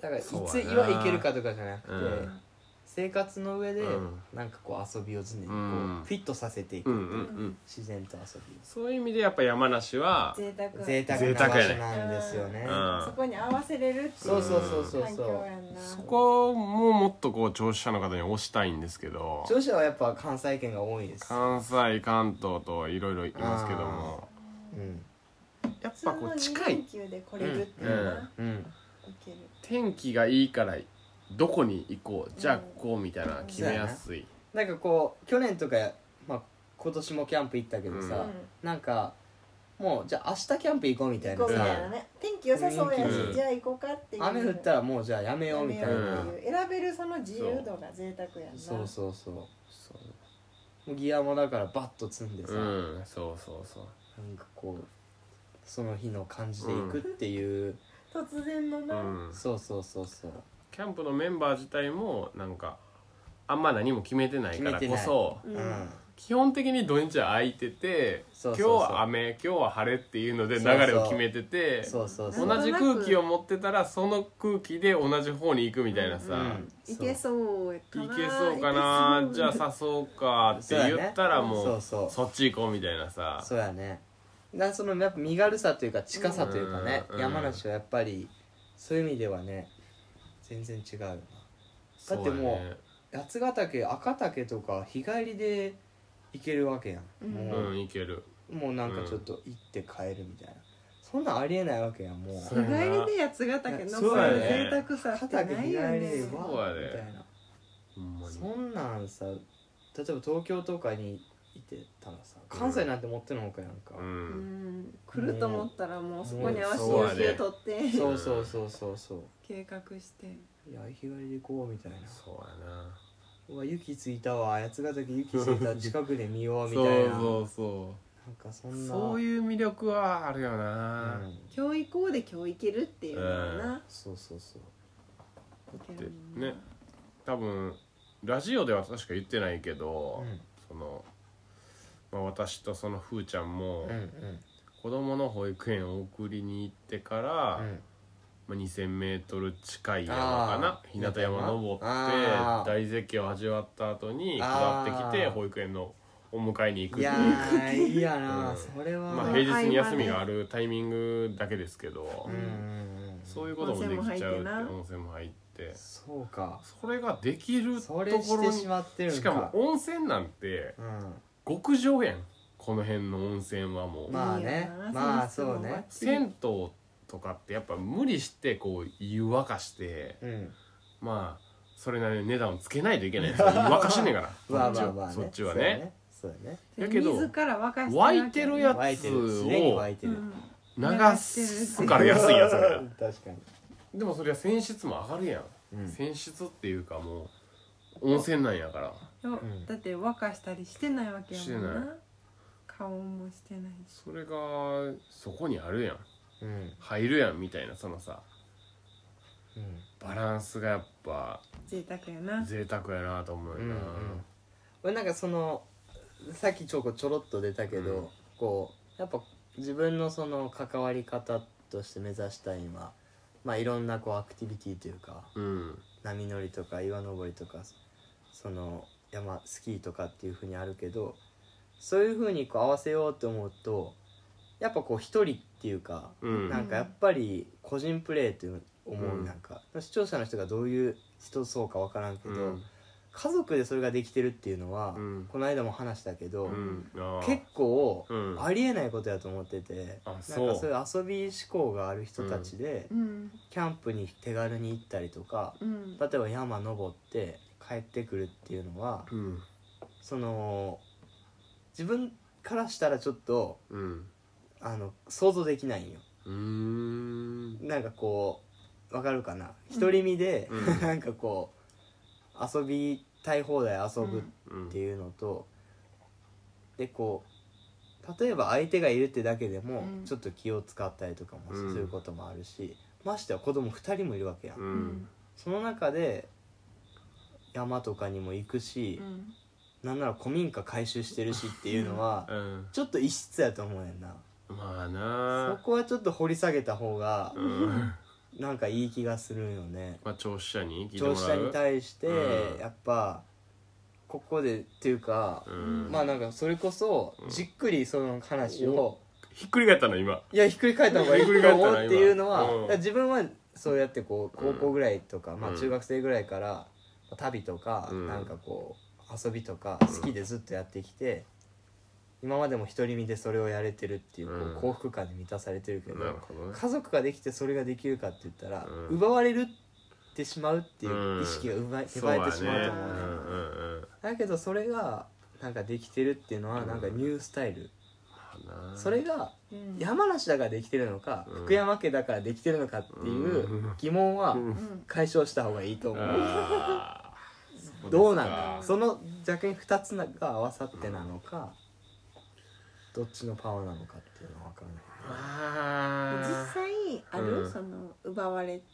だからいつそうやな岩行けるかとかじゃなくて、うん生活の上で、うんなんかこう遊びを常にこう、うんフィットさせていく、うんうんうん自然と遊びそういう意味でやっぱ山梨は贅沢を贅沢贅な沢場や所ねなんですよね、うんそこに合わせれるっていうそうそうそうそう環そ境う、やんなそこももっとこう聴取者の方に推したいんですけど女子はやっぱ関西圏が多いです、関西関東といろいろいますけどもうんやっぱこう近い普通の二連休で来れるっていうのはうん、いける天気がいいからどこに行こうじゃあこうみたいなうん決めやすいなんかこう去年とか、まあ、今年もキャンプ行ったけどさ、うんなんかもうじゃあ明日キャンプ行こうみたい行こなうみたいさなね天気良さそうやうんしじゃあ行こうかっていう雨降ったらもうじゃあやめようみたいな、やめようっていう選べるその自由度が贅沢やんなそうそうそうそうもうギアもだからバッと積んでさ、うんそうそうそうなんかこうその日の感じでいくっていう、突然のな、うんそうそうそうそうキャンプのメンバー自体もなんかあんま何も決めてないからこそうん、うん基本的に土日は空いててそ今う日そうそうは雨今日は晴れっていうので流そうそうれを決めててそうそうそう同じ空気を持ってたらその空気で同じ方に行くみたいなうさんいけそうかな行けそうかなじゃあ誘おうかって言ったらそもううそうそっち行こうみたいなさそうやねなそのやっぱ身軽さというか近さというかね、うん山梨はやっぱりそういう意味ではね全然違うよだってもうな八ヶ岳赤岳とか日帰りで行けるわけやん、うんもそうやねううん行けるもうなんかちょっと行って帰るみたいな、そんなんありえないわけやんもそうう日帰りで八ヶ岳そ登うやるね贅沢さ赤って岳な日い帰りよねでうそうわやーねみたいなほんまにそんなんさ例えば東京とかにいてたらさ関西なんて持ってのほかやんか、ううんん来ると思ったらもうそこに合もうわせてそうや有ね給取ってそうそうそうそうそう計画していや日帰りで行こうみたいなそうやなうわ雪ついたわ八ヶ岳雪つい た近くで見ようみたそいうなそうそなんかそうんなそうう、いう魅力はあるよう、なん今日行こうで今日行けるっていうのがな、そうそうそう行けでるもんなね多分ラジオでは確か言ってないけど、うんそのまあ、私とそのふーちゃんもうんうん子供の保育園を送りに行ってから、うんまあ、2,000m 近い山かなあー日向山登ってあー大絶景を味わった後に下あっーてきて保育園のお迎えに行くっいていやうーいいやな、うんそれは、まあ、平日に休みがあるタイミングだけですけどうんうんうんそういうこともできちゃうって温泉も入ってな温泉も入ってそうかそれができるとそこれしろてにしまってるんかしかも温泉なんてう極上やんこの辺の温泉はもう、ん、まあねいいよなまあそそのう人もね銭湯とかってやっぱ無理してこう湯沸かしてうんまあそれなりに値段をつけないといけないんですよ湯沸かしてんねえから まあまあまあねそっちはねそうやねやけど自ら沸かしてわけ沸いてるやそうやね湧いつてる常に湧いてうる、ん流すから安いやつ だからうん確かにでもそりゃ泉質も上がるやん、うん泉質っていうかもう温泉なんやからでもんだって沸かしたりしてないわけやしもんてなな顔もしてないしそれがそこにあるやんうん入るやんみたいなそのさうんバランスがやっぱ贅沢やな贅沢やなと思うよな、うんうん俺なんかそのさっきちょこちょろっと出たけど、うんこうやっぱ自分のその関わり方として目指したいのはまあいろんなこうアクティビティというかうん波乗りとか岩登りとかその山スキーとかっていうふうにあるけどそういうふうにこう合わせようと思うとやっぱこう一人っていうか、うんなんかやっぱり個人プレーって思ううんなんか、視聴者の人がどういう人そうかわからんけうど、ん家族でそれができてるっていうのは、うんこの間も話したけど、うんあー結構うんありえないことやと思ってて、あなんかそうそういう遊び志向がある人たちで、うんキャンプに手軽に行ったりとかうん例えば山登って帰ってくるっていうのはうんその自分からしたらちょっとうんあの想像できないんようーんなんかこうわかるかな独り身で、うん なんかこう遊びたい放題遊ぶうんっていうのと、でこう例えば相手がいるってだけでもうんちょっと気を使ったりとかもうんすることもあるし、ましては子供2人もいるわけやん、うんその中で山とかにも行くしう、んなんなら古民家改修してるしっていうのはうんちょっと異質やと思うねんなまあそなこはちょっと掘り下げた方がうんなんかいい気がするよねまあ聴取者に聞いても聴ら取う者に対してうんやっぱここでっていうかうんまあなんかそれこそうんじっくりその話を、ひっくり返ったの今いやひっくり返った方がいいと思うっていうのは、ひっくり返ったな今うんだから自分はそうやってこうう高ん校ぐらいとか、まうあん中学生ぐらいから、まあ旅とか、うんなんかこう遊びとか好きでずっとやってきて、今までも独り身でそれをやれてるっていうこううん幸福感に満たされてるけど、なるほどね家族ができてそれができるかって言ったら、うん奪われるってしまうっていううん意識が奪い、そう奪やえてしまうと思うね。ねうんうんうんだけどそれがなんかできてるっていうのはうんなんかニュースタイル、まあなそれがうん山梨だからできてるのか、うん福山家だからできてるのかっていう疑問はうんうん解消した方がいいと思う、あーそですどうなんだその逆に2つが合わさってなのか、どっちのパワーなのかっていうのは分からないま実あ際ある、うんその奪われて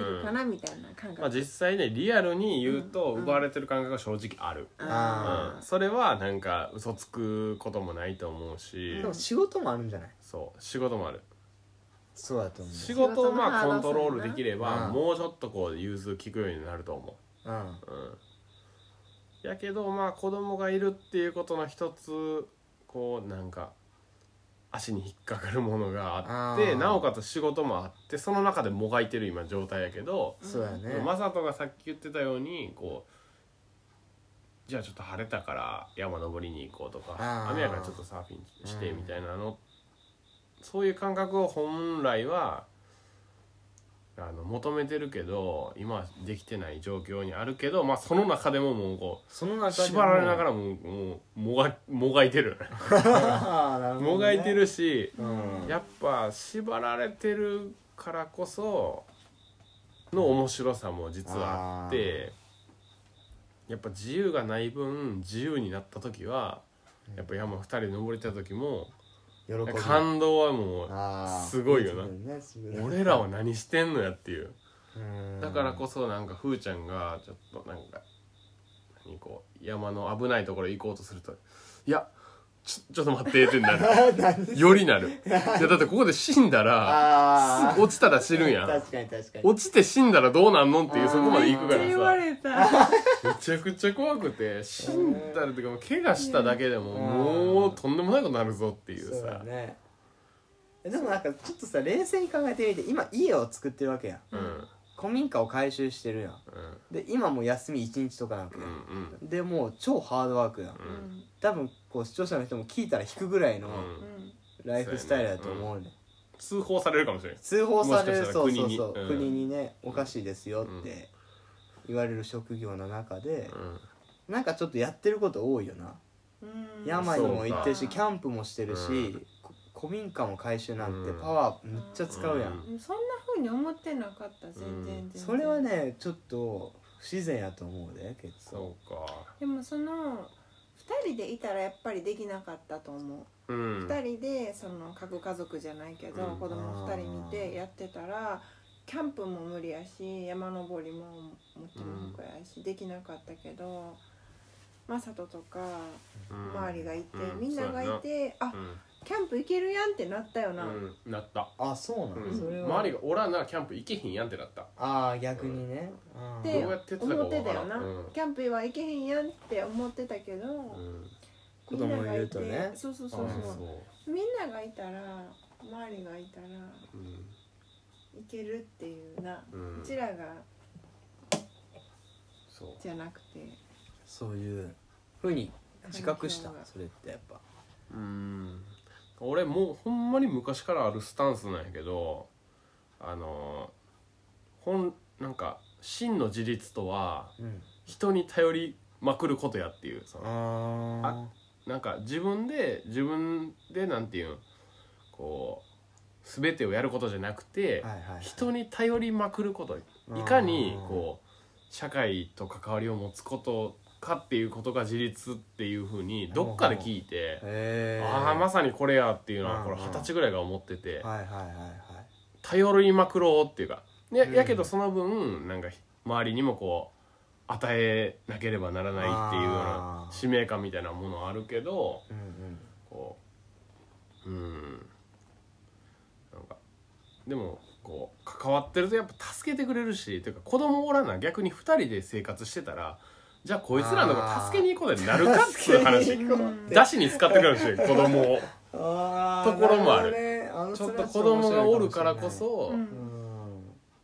るかな、みたいな感覚、まあ実際ねリアルに言うとうん奪われてる感覚は正直ある、あうん、それはなんか嘘つくこともないと思うし、でも仕事もあるんじゃないそう仕事もあるそうだと思仕う、事をまあコントロールできれうばんもうちょっとこう融通きくようになると思うんう、うん、やけどまあ子供がいるっていうことの一つこうなんか足に引っかかるものがあっあてーなおかつ仕事もあってその中でもがいてる今状態やけど、そうやね、マサトがさっき言ってたようにこうじゃあちょっと晴れたから山登りに行こうとあかー雨やからちょっとサーフィンしてうんみたいなの、そういう感覚を本来はあの求めてるけど今はできてない状況にあるけど、まあ、その中でももうこそのう中でも縛られながらもうもうもがもがいてるあー なるほどねもがいてるしうんやっぱ縛られてるからこその面白さも実はあってやっぱ自由がない分自由になった時はやっぱ山二人で登れた時も喜び感動はもうあーすごいよな自分ね自分俺らは何してんのやっていううんだからこそなんかふーちゃんがちょっとなんか何こう山の危ないところ行こうとすると「いやちょちょ っと待ってってなる何よりなるいやだってここで死んだらああ落ちたら死ぬやん確かに確かに落ちて死んだらどうなんのっていうそこまでめっ行くかちゃ言わらされためちゃくちゃ怖くて死んだらっていうか怪我しただけでももうとんでもないことなるぞっていうそうださねえでもなんかちょっとさ冷静に考えてみて今家を作ってるわけやんうんうん古民家を改修してるやんで今もう休み1日とかなわけうんや、うんんでもう超ハードワークやんうん多分こう視聴者の人も聞いたら引くぐらいのうんライフスタイルだと思うね、通報されるかもしれない通報されるもしかしたそらう国そうにそううん国にねおかしいですよって言われる職業の中でなんかちょっとやってること多いよなうん病にも行ってるそしうかキャンプもしてるうしこ古民家も改修なんてうんパワーめっちゃ使うやんうんそんな風に思ってなかった全然う全ん然それはねちょっと不自然やと思うで結構そうかでもその二人でいたらやっぱりできなかったと思ううん二人でその各家族じゃないけど、うん子供二人見てやってたらキャンプも無理やし山登りももちろん無理やし、できなかったけどマサトとか周りがいて、みんながいて、あうんキャンプ行けるやんってなったような、んうんなったあそうなの、うんそれは周りがおらんならキャンプ行けへんやんってなったああ逆にね、あっーてどうやってやって思たかっわてかたらよんな、うんキャンプは行けへんやんって思ってたけど、うん子供いるとみんながいねてそうそうあそうーそうそうみんながいたら周りがいたらうん行けるっていうな、ううんちらがそうじゃなくてそういうふうに自覚した環境がそれってやっぱうん俺もうほんまに昔からあるスタンスなんやけどあのーほんなんか真の自立とはうん人に頼りまくることやっていうそのあなんか自分で自分でなんていうんこう全てをやることじゃなくて、はいはい人に頼りまくることうんいかにこう社会と関わりを持つことかっていうことが自立っていうふうにどっかで聞いて、へえああまさにこれやっていうのはこれうんうん二十歳ぐらいが思ってて、はいはいはいはい頼りまくろうっていうかやうんやけどその分なんか周りにもこう与えなければならないっていうようあなー使命感みたいなものはあるけどうんうんこううんなんかでもこう関わってるとやっぱ助けてくれるしというか子供おらな逆に2人で生活してたらじゃあこいつらのこと助けに行こうでなるかっていう話出しに使ってくるし子供をあところもあるるちょっと子供がおるからこそ、うんう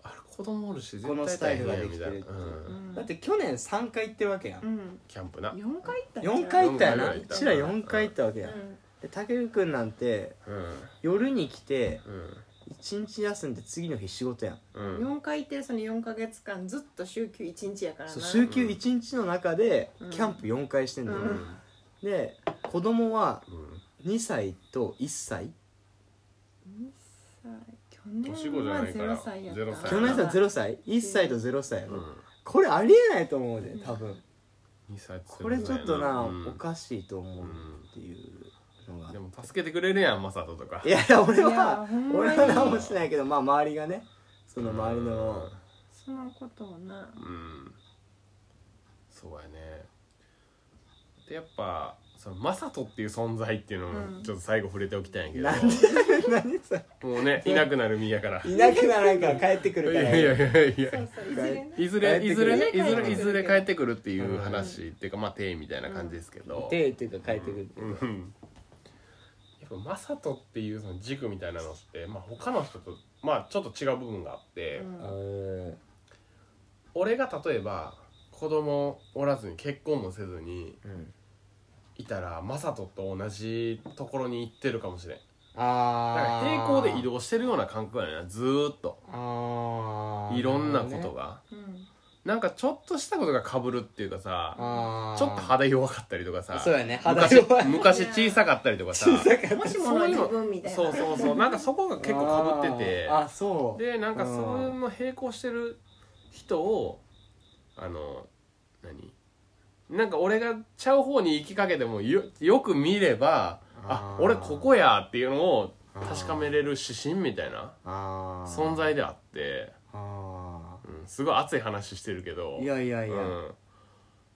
あれ子供おるし絶このスタイルが大変やできてるっていうみたいなうんんだって去年3回行ってるわけやうんんキャンプな、 4回行ったんちゃう4回行ったやな四回ぐらい行うったちら4回行ったわけやんうんでたけるくんなんてうん夜に来てうん1日休んで次の日仕事やんうん、 4回行ってるその4か月間ずっと週休1日やからなそう週休1日の中でうんキャンプ4回してんのよううんんで子供はうん2歳と1歳二歳去年年子じゃはないから0歳やった0歳去年さ0歳1歳と0歳やうろんこれありえないと思うで多分二歳ってこれちょっとなうんおかしいと思うっていうのがでも助けてくれるやんマサトとかいやいや俺いやはほんまに俺は何もしてないけどまあ周りがねその周りのそのことをなうん、うんそうやねでやっぱそのマサトっていう存在っていうのうもんちょっと最後触れておきたいんやけど、なんで何それもうねいなくなる身やからいなくならんから帰ってくるいかやらいやいやいやそうそういずれねいずれ帰いってくずるれねいずれ帰ってくるいずれ帰ってくるっていう話っていうかまあ定みたいな感じですけど、手っていうか帰ってくるうんやっぱマサトっていうその軸みたいなのって、まあ、他の人とまあちょっと違う部分があって、うんうん俺が例えば子供おらずに結婚もせずにうんいたらマサトと同じところに行ってるかもしれんだからあー平行で移動してるような感覚やなずーっとあーいろんなことが、うんなんかちょっとしたことがかぶるっていうかさあーちょっと肌弱かったりとかさそうやね肌昔弱い昔小さかったりとかさもしもの自分みたいなそうそうそうなんかそこが結構かぶっててあーあそうでなんかうんそういうの並行してる人をあの何なんか俺がちゃう方に行きかけてもよよく見ればああー俺ここやっていうのを確かめれる指針みたいなあー存在であって、あうん、すごい熱い話してるけどーいやいやいや、うん、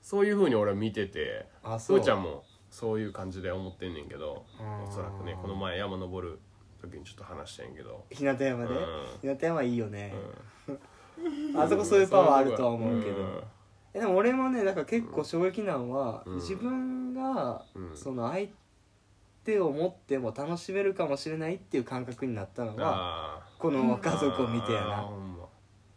そういうふうに俺は見ててあすそうーちゃんもそういう感じで思ってんねんけどうんおそらくねこの前山登る時にちょっと話したんやけど、日向山で、う日向山いいよね、うん あそこそういうパワーあるとは思うけど、んえでも俺もねなんか結構衝撃なのは、うん自分がうんその相手を持っても楽しめるかもしれないっていう感覚になったのがあこの家ー族を見てやあーなほんま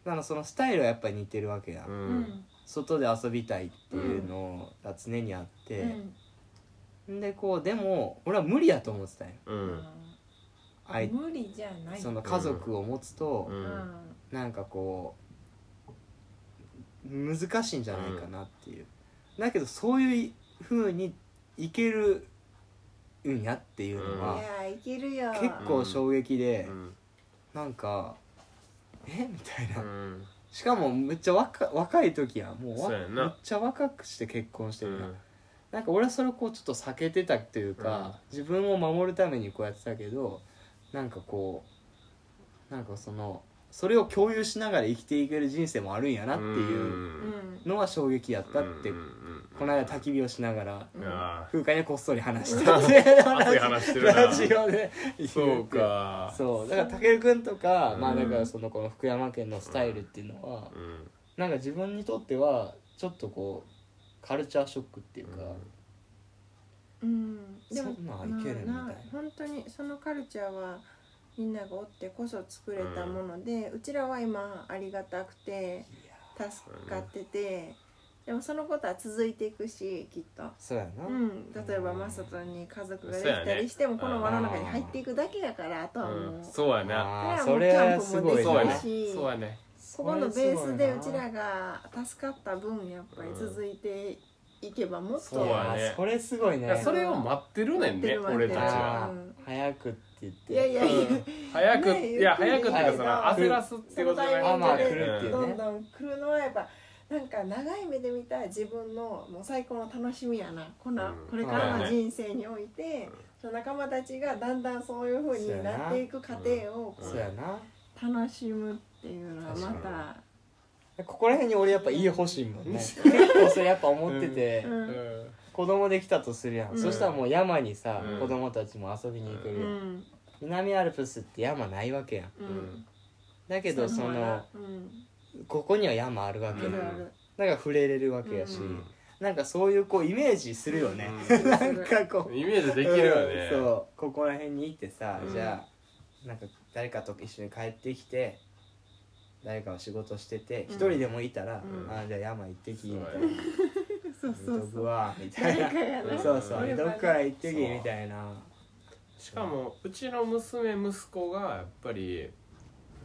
だからそのスタイルはやっぱり似てるわけや、ううんん外で遊びたいっていうのが常にあって、んでこうでも俺は無理やと思ってたんよううんんあい無理じゃないその家族を持つとう、うんんなんかこう難しいんじゃないかなっていう、だけどそういう風にいけるんやっていうのいはやーいけるよ結構衝撃うで、んなんかえみたいな、うんしかもめっちゃ若若い時やんもうわそうめっやなちゃ若くして結婚してうるやん、んなんか俺はそれをこうちょっと避けてたというか、自分を守るためにこうやってたけどなんかこうなんかそのそれを共有しながら生きていける人生もあるんやなっていうううんんのは衝撃やったって、うんうんこの間焚き火をしながらうんあ空間にこっそり話したっていうー熱い話してるなラジオで言ってそうかそうだからたけるくんとか、うんまあだからそのこの福山県のスタイルっていうのは、うんなんか自分にとってはちょっとこうカルチャーショックっていうか、うんでもそんなんいけるみたいなうん本当にそのカルチャーはみんながおってこそ作れたもので、うちらは今ありがたくて助かってて、でもそのことは続いていくしきっと。そうやな、うん、例えばうんマサトに家族がでそうきやねたりしても、この輪の中に入っていくだけやからあとはもう、うんそうやなあーそそれれはもはうすごいそうやキねャンプもでなきるしそうやねここのベースでうちらが助かった分やっぱり続いていけばもっそとうややねなそれすごいいねやそれを待ってるねんね待って俺る待ってるたちあはーうん早くって言っていやいやいや 早くねいや早くっていうかそのはい焦らすってことじゃそのなタくイてミングでうんどんどん来るのはやっぱなんか長い目で見た自分のもう最高の楽しみやなこんな、うんこれからの人生において、その仲間たちがだんだんそういう風になっていく過程をこそうやなう楽しむっていうのはま確たここら辺に俺やっぱ家欲しいもんね結構それやっぱ思ってて、うんうん子供できたとするやん、うんそしたらもう山にさ、うん子供たちも遊びに行けうるんうやん、ん南アルプスって山ないわけやんうんだけどそののうんここには山あるわけやあん、るあるなんか触れれるわけやし、うんなんかそういうこうイメージするよね、うんなんかこうイメージできるよねうんそうここら辺にいてさ、うんじゃあなんか誰かと一緒に帰ってきて誰かは仕事しててう一、ん人でもいたら、うんあじゃあ山行ってきそうみやたいなねそ「見とくうそうそうわ」みたい誰なかがうねんそうそう「うんどっから行ってき」そうみたいなしかもうちの娘息子がやっぱり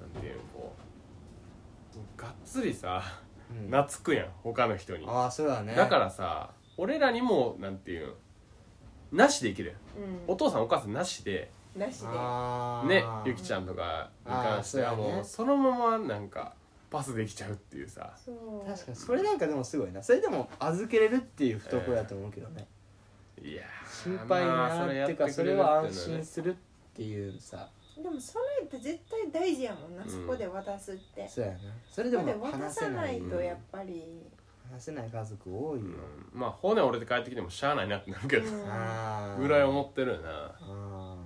なんていうこうがっつりさうん懐くやん他の人にああそうだねだからさ俺らにもなんていうんなしでいけるやんおう父さんお母さんなしでんなしであーねゆきちゃんとかに関してあはーそうやねもうそのままなんかパスできちゃうっていうさそう確かにそれなんかでもすごいなそれでも預けれるっていう懐やと思うけどね、いや心配なっていうかそれは安心すするっていうさでもそれって絶対大事やもんな、うんそこで渡すってそうやなそれでででも渡話させなないいとやっぱり、話せない家族多いよ、まあ骨折れて帰ってきてもしゃあないなってなるけどうんああ ぐらい思ってるよなあ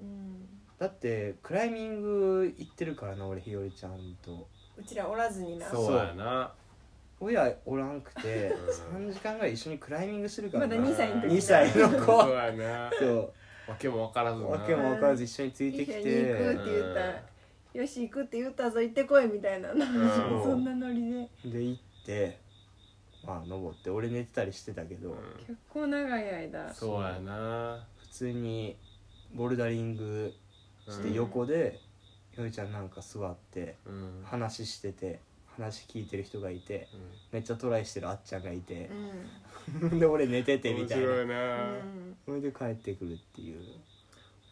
うんーだってクライミング行ってるからな俺日和ちゃんとうちらおらずになそうやな親おらんくてう3時間ぐらい一緒にクライミングするかまらだな2歳の時二歳の子 そうやなそわけもわからずうな訳も分からず一緒について一き緒に行くてって言ったら「よし行くって言ったぞ行ってこい」みたいな、んそんなノリでで行ってまあ登って俺寝てたりしてたけど、うん結構長い間そうやな普通にボルダリングして横で、ひよりちゃんなんか座ってうんうん話してて話聞いてる人がいてめっちゃトライしてるあっちゃんがいてう、ん、 で俺寝ててみ面たいな白いなうん、それで帰ってくるっていう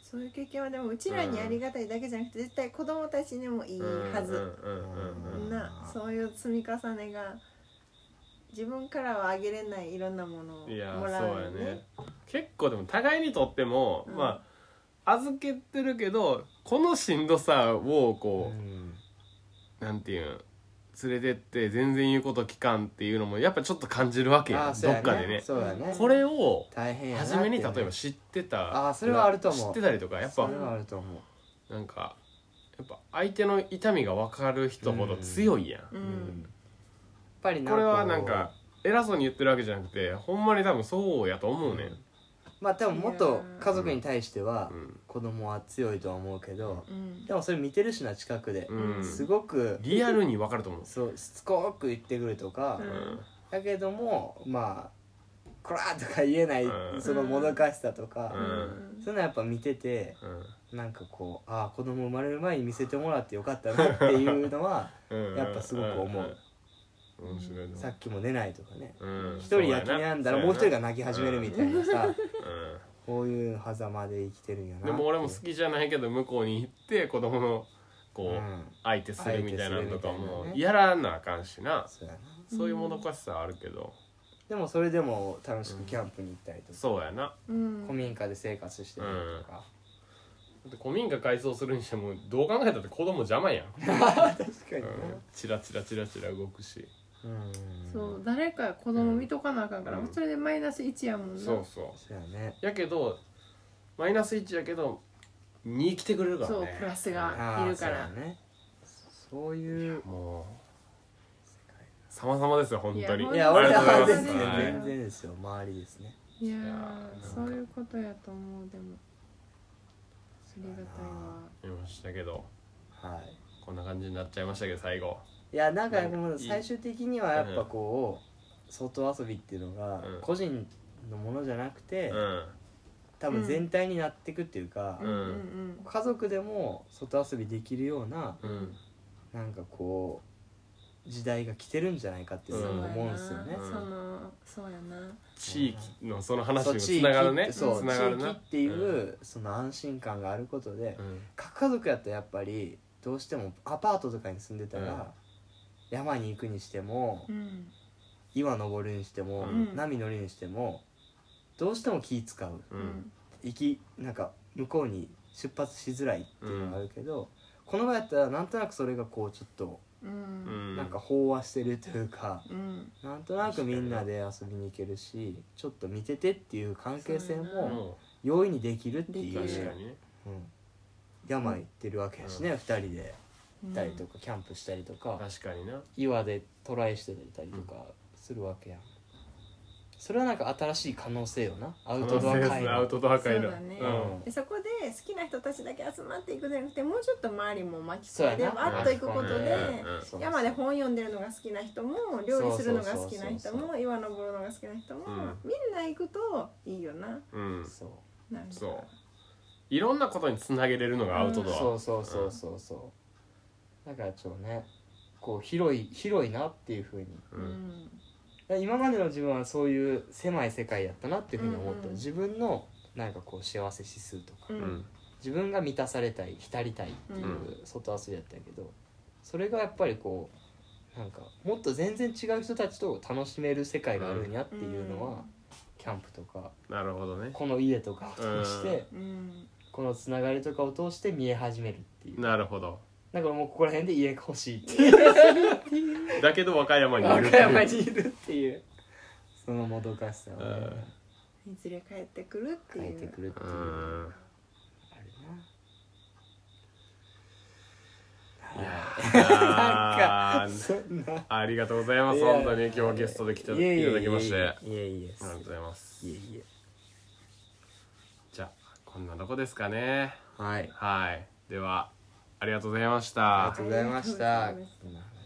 そういう経験はでもうちらにありがたいだけじゃなくて絶対子供たちにもいいはず、うんうんうんうんうんなそういう積み重ねが自分からはあげれないいろんなものをいやもらうそうよやねね結構でも互いにとっても、うんまあ預けてるけどこのしんどさをうこう、んなんていうん連れてって全然言うこと聞かんっていうのもやっぱちょっと感じるわけあやあそどうっやかでねそうやねこれを大変やなって初めに例えば知ってたああそれはあると思う知ってたりとかやっそぱれはあると思うなんかやっぱ相手の痛みが分かる人ほど強いやん、ううんんやっぱりなこれはなんか偉そうに言ってるわけじゃなくてほんまに多分そうやと思うねん、まあでももっと家族に対してはうん子供は強いとは思うけどうんでもそれ見てるしな近くでうんすごくリアルに分かると思うそうしつこく言ってくるとかうんだけどもまあ「こら!」とか言えないうんそのもどかしさとうかんそういうのはやっぱ見ててうんなんかこうああ子供生まれる前に見せてもらってよかったなっていうのはうんやっぱすごく思ううん面白いなさっきも寝ないとかねうん一人夜勤なんだらもう一人が泣き始めるみたいなさうんこういう狭間で生きてるんやなでも俺もっ好てきじゃないけど向こうに行って子供のうこうん相手するみたいなのと相手するみかたいもなねやらなあかんしなそうやなそういうもどかしさあるけどでもそれでも楽しくキャンプに行ったりとか、そうやなうん古民家で生活してたりとか、だって古民家改装するにしてもどう考えたって子供邪魔やん確かにうんねチラチラチラチラ動くしうんそう誰か子供見とかなあかんから、うんそれでマイナス1やもんなそうそうそうやねやけどマイナス1やけど2来てくれるからねそうプラスがああいるからそうやねそういうもう様々ですよ本当にいいやあ俺りがとうございまはす全然はい全然ですよ周りですねいやーいやーそういうことやと思うでもありがたいわ見ましたけどはいこんな感じになっちゃいましたけど最後いやなんかなんかもういい最終的にはやっぱこう外遊びっていうのがうん個人のものじゃなくて、うん多分全体になっていくっていうか、うん家族でも外遊びできるようなうんなんかこう時代が来てるんじゃないかってうん思そうやんなですよね。うんそのそうやな地域のその話にそうも地つ域ながるっねてそうつながる地な域っていう、その安心感があることで、うん各家族やったらやっぱりどうしてもアパートとかに住んでたら、うん山に行くにしても、うん岩登るにしても、うん波乗りにしてもどうしても気使うううんん行きなんか向こうに出発しづらいっていうのがあるけど、この場合やったらなんとなくそれがこうちょっとううんんなんか飽和してるというか。うんなんとなくみんなで遊びに行けるしちょっと見ててっていう関係性そうもも容易にできるってういでう、き確るかにねうん、山行ってるわけやしね、二人で行ったりとかキャンプしたりとか確かにな岩でトライしてたりとかするわけやんそれはなんか新しい可能性よなアウトドア界アウのトドア界そのうだねうんでそこで好きな人たちだけ集まっていくんじゃなくてもうちょっと周りも巻きそう込やんでなわっといくことうんでうんそう山で本読んでるのが好きな人も料理するのが好きなそう人そうそうそも岩登るのが好きな人もうんみんな行くといいよなうんそうなんかそういろんなことにつなげれるのがアウトドアそうそうそうそうそうだからちょっとねこう広い広いなっていうふうにううんん今までの自分はそういう狭い世界やったなっていうふうに思った、うんうん自分のなんかこう幸せ指数とか、ううんん自分が満たされたい浸りたいっていうう外遊びやったんやけど、それがやっぱりこうなんかもっと全然違う人たちと楽しめる世界があるんやっていうのは、キャンプとかなるほどねこの家とかを通して、うんこのつながりとかを通して見え始めるっていうなるほどだからもうここら辺で家が欲しいっていうだけど和歌山にい和る歌山にいるっていうそのもどかしさをねいずれ帰ってくるって変えいてうくるっていうう。んあるなあーそんなありがとうございます本当に今日はゲストで来ていいえいえただきましていあえいえいえいえりがとうございますいえいえじゃあこんなとこですかねはいはいではありがとうございましあたりがとうございましたありがとうございまこんな話